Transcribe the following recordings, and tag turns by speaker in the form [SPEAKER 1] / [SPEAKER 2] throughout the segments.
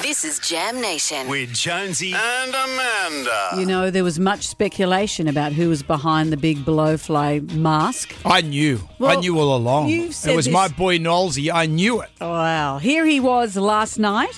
[SPEAKER 1] This is Jam Nation.
[SPEAKER 2] with Jonesy
[SPEAKER 3] Uh,
[SPEAKER 4] and Amanda.
[SPEAKER 5] You know, there was much speculation about who was behind the big blowfly mask.
[SPEAKER 3] I knew. I
[SPEAKER 5] Well,
[SPEAKER 3] knew all along.
[SPEAKER 5] you've said
[SPEAKER 3] it was my
[SPEAKER 5] this-
[SPEAKER 3] boy Knowlesy. I knew it.
[SPEAKER 5] Wow. Here he was last night.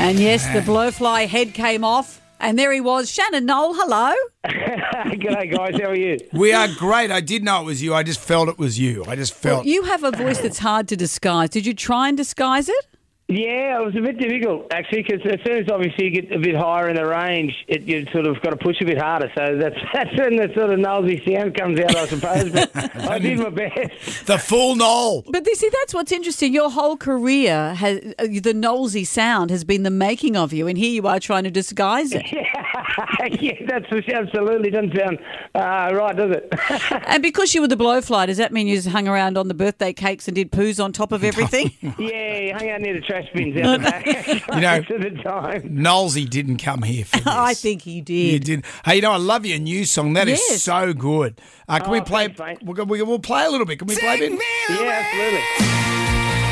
[SPEAKER 5] And yes, the blowfly head came off. And there he was. Shannon Knoll, hello.
[SPEAKER 6] G'day, guys. How are you?
[SPEAKER 3] We are great. I did know it was you. I just felt it was you. I just felt.
[SPEAKER 5] You have a voice that's hard to disguise. Did you try and disguise it?
[SPEAKER 6] Yeah, it was a bit difficult actually because as soon as obviously you get a bit higher in the range, it, you sort of got to push a bit harder. So that's that's when the sort of nosy sound comes out, I suppose. But I did my best.
[SPEAKER 3] the full Knoll.
[SPEAKER 5] But you see, that's what's interesting. Your whole career has uh, the Knowlesy sound has been the making of you, and here you are trying to disguise it.
[SPEAKER 6] yeah, that's absolutely doesn't sound uh, right, does it?
[SPEAKER 5] And because you were the blowfly, does that mean you just hung around on the birthday cakes and did poos on top of everything?
[SPEAKER 6] yeah, you hung out near the trash bins out the back
[SPEAKER 3] You know-
[SPEAKER 6] most of the time.
[SPEAKER 3] Knowlesy didn't come here for this.
[SPEAKER 5] I think you did.
[SPEAKER 3] You did. Hey, you know, I love your new song. That is
[SPEAKER 5] Yes.
[SPEAKER 3] so good. Uh, can we
[SPEAKER 6] Oh,
[SPEAKER 3] play?
[SPEAKER 6] thanks, mate.
[SPEAKER 3] we'll, go- we'll, we'll play a little bit. Can we play a bit?
[SPEAKER 6] Yeah, absolutely.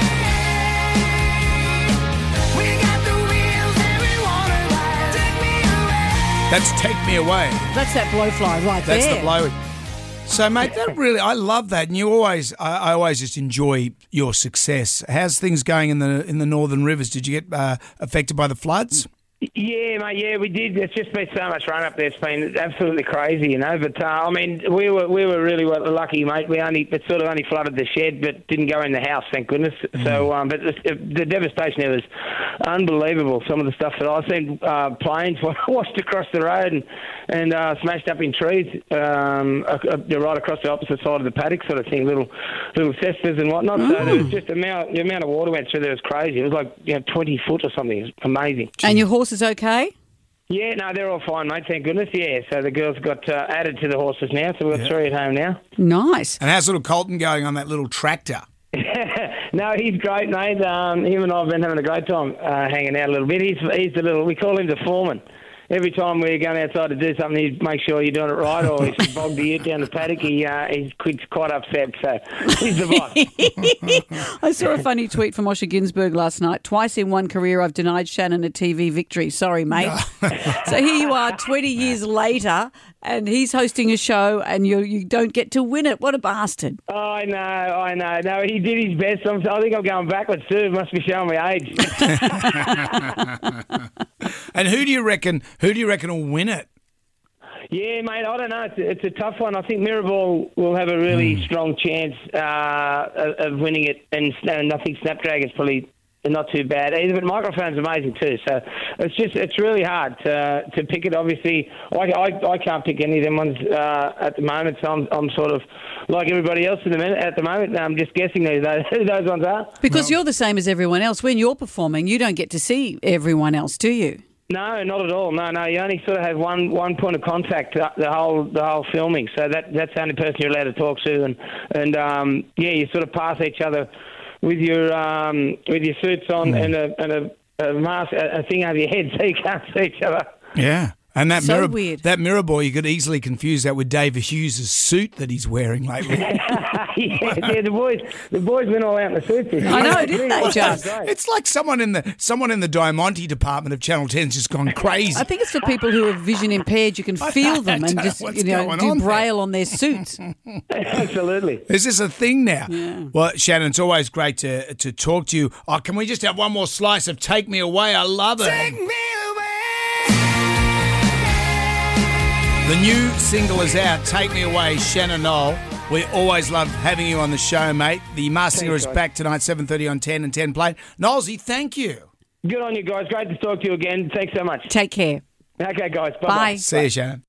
[SPEAKER 3] That's Take Me Away.
[SPEAKER 5] That's that blowfly right
[SPEAKER 3] That's
[SPEAKER 5] there.
[SPEAKER 3] the blow. So, mate, that really, I love that, and you always, I, I always just enjoy your success. How's things going in the in the Northern Rivers? Did you get uh, affected by the floods?
[SPEAKER 6] Yeah, mate. Yeah, we did. There's just been so much rain up there. It's been absolutely crazy, you know. But uh, I mean, we were we were really well- lucky, mate. We only it sort of only flooded the shed, but didn't go in the house, thank goodness. So, um, but the, the devastation there was unbelievable. Some of the stuff that I've seen uh, planes washed across the road and and uh, smashed up in trees, um, ac- ac- right across the opposite side of the paddock, sort of thing. Little little cestas and whatnot. So there was just the amount the amount of water went through there was crazy. It was like you know 20 foot or something. It was amazing.
[SPEAKER 5] And your horse is okay?
[SPEAKER 6] Yeah, no, they're all fine, mate. Thank goodness. Yeah, so the girls got uh, added to the horses now, so we've got three at home now.
[SPEAKER 5] Nice.
[SPEAKER 3] And how's little Colton going on that little tractor?
[SPEAKER 6] no, he's great, mate. Um, him and I've been having a great time uh, hanging out a little bit. He's he's the little we call him the foreman. Every time we're going outside to do something, he makes sure you're doing it right, or if you bog the ute down the paddock, he uh, he's quite quite upset. So he's the boss.
[SPEAKER 5] I saw a funny tweet from Osher Ginsburg last night. Twice in one career, I've denied Shannon a TV victory. Sorry, mate. so here you are, 20 years later, and he's hosting a show, and you you don't get to win it. What a bastard!
[SPEAKER 6] I know, I know. No, he did his best. I'm, I think I'm going backwards too. Must be showing my age.
[SPEAKER 3] And who do you reckon? Who do you reckon will win it?
[SPEAKER 6] Yeah, mate. I don't know. It's, it's a tough one. I think Mirabal will have a really strong chance uh, of, of winning it, and, Sna- and I think Snapdragon's probably not too bad either. But microphone's amazing too. So it's just it's really hard to to pick it. Obviously, I, I, I can't pick any of them ones uh, at the moment. So I'm, I'm sort of like everybody else in the minute, at the moment. I'm just guessing who those, who those ones are.
[SPEAKER 5] Because you're the same as everyone else. When you're performing, you don't get to see everyone else, do you?
[SPEAKER 6] No, not at all. No, no. You only sort of have one one point of contact the, the whole the whole filming. So that that's the only person you're allowed to talk to, and and um, yeah, you sort of pass each other with your um, with your suits on and a and a, a mask a, a thing over your head, so you can't see each other.
[SPEAKER 3] Yeah. And that
[SPEAKER 5] So
[SPEAKER 3] mirror,
[SPEAKER 5] weird.
[SPEAKER 3] that mirror boy, you could easily confuse that with David Hughes' suit that he's wearing lately.
[SPEAKER 6] yeah, yeah, the boys the boys went all out in the suits. this
[SPEAKER 5] I
[SPEAKER 6] year.
[SPEAKER 5] know, didn't they, Joe?
[SPEAKER 3] it's like someone in the someone in the Diamante department of Channel 10's just gone crazy.
[SPEAKER 5] I think it's for people who are vision impaired. You can feel them
[SPEAKER 3] I
[SPEAKER 5] and
[SPEAKER 3] don't
[SPEAKER 5] just
[SPEAKER 3] know what's
[SPEAKER 5] you know
[SPEAKER 3] going
[SPEAKER 5] do
[SPEAKER 3] on there.
[SPEAKER 5] braille on their suits.
[SPEAKER 6] Absolutely.
[SPEAKER 3] Is this a thing now? Well, Shannon, it's always great to to talk to you. Oh, can we just have one more slice of Take Me Away? I love it. Take me away. The new single is out, Take Me Away, Shannon Knoll. We always love having you on the show, mate. The Master Singer is
[SPEAKER 6] guys.
[SPEAKER 3] back tonight, 7.30 on 10 and 10 play. Knowlesy, thank you.
[SPEAKER 6] Good on you guys. Great to talk to you again. Thanks so much.
[SPEAKER 5] Take care.
[SPEAKER 6] Okay, guys. Bye-bye.
[SPEAKER 5] Bye.
[SPEAKER 3] See you, Shannon.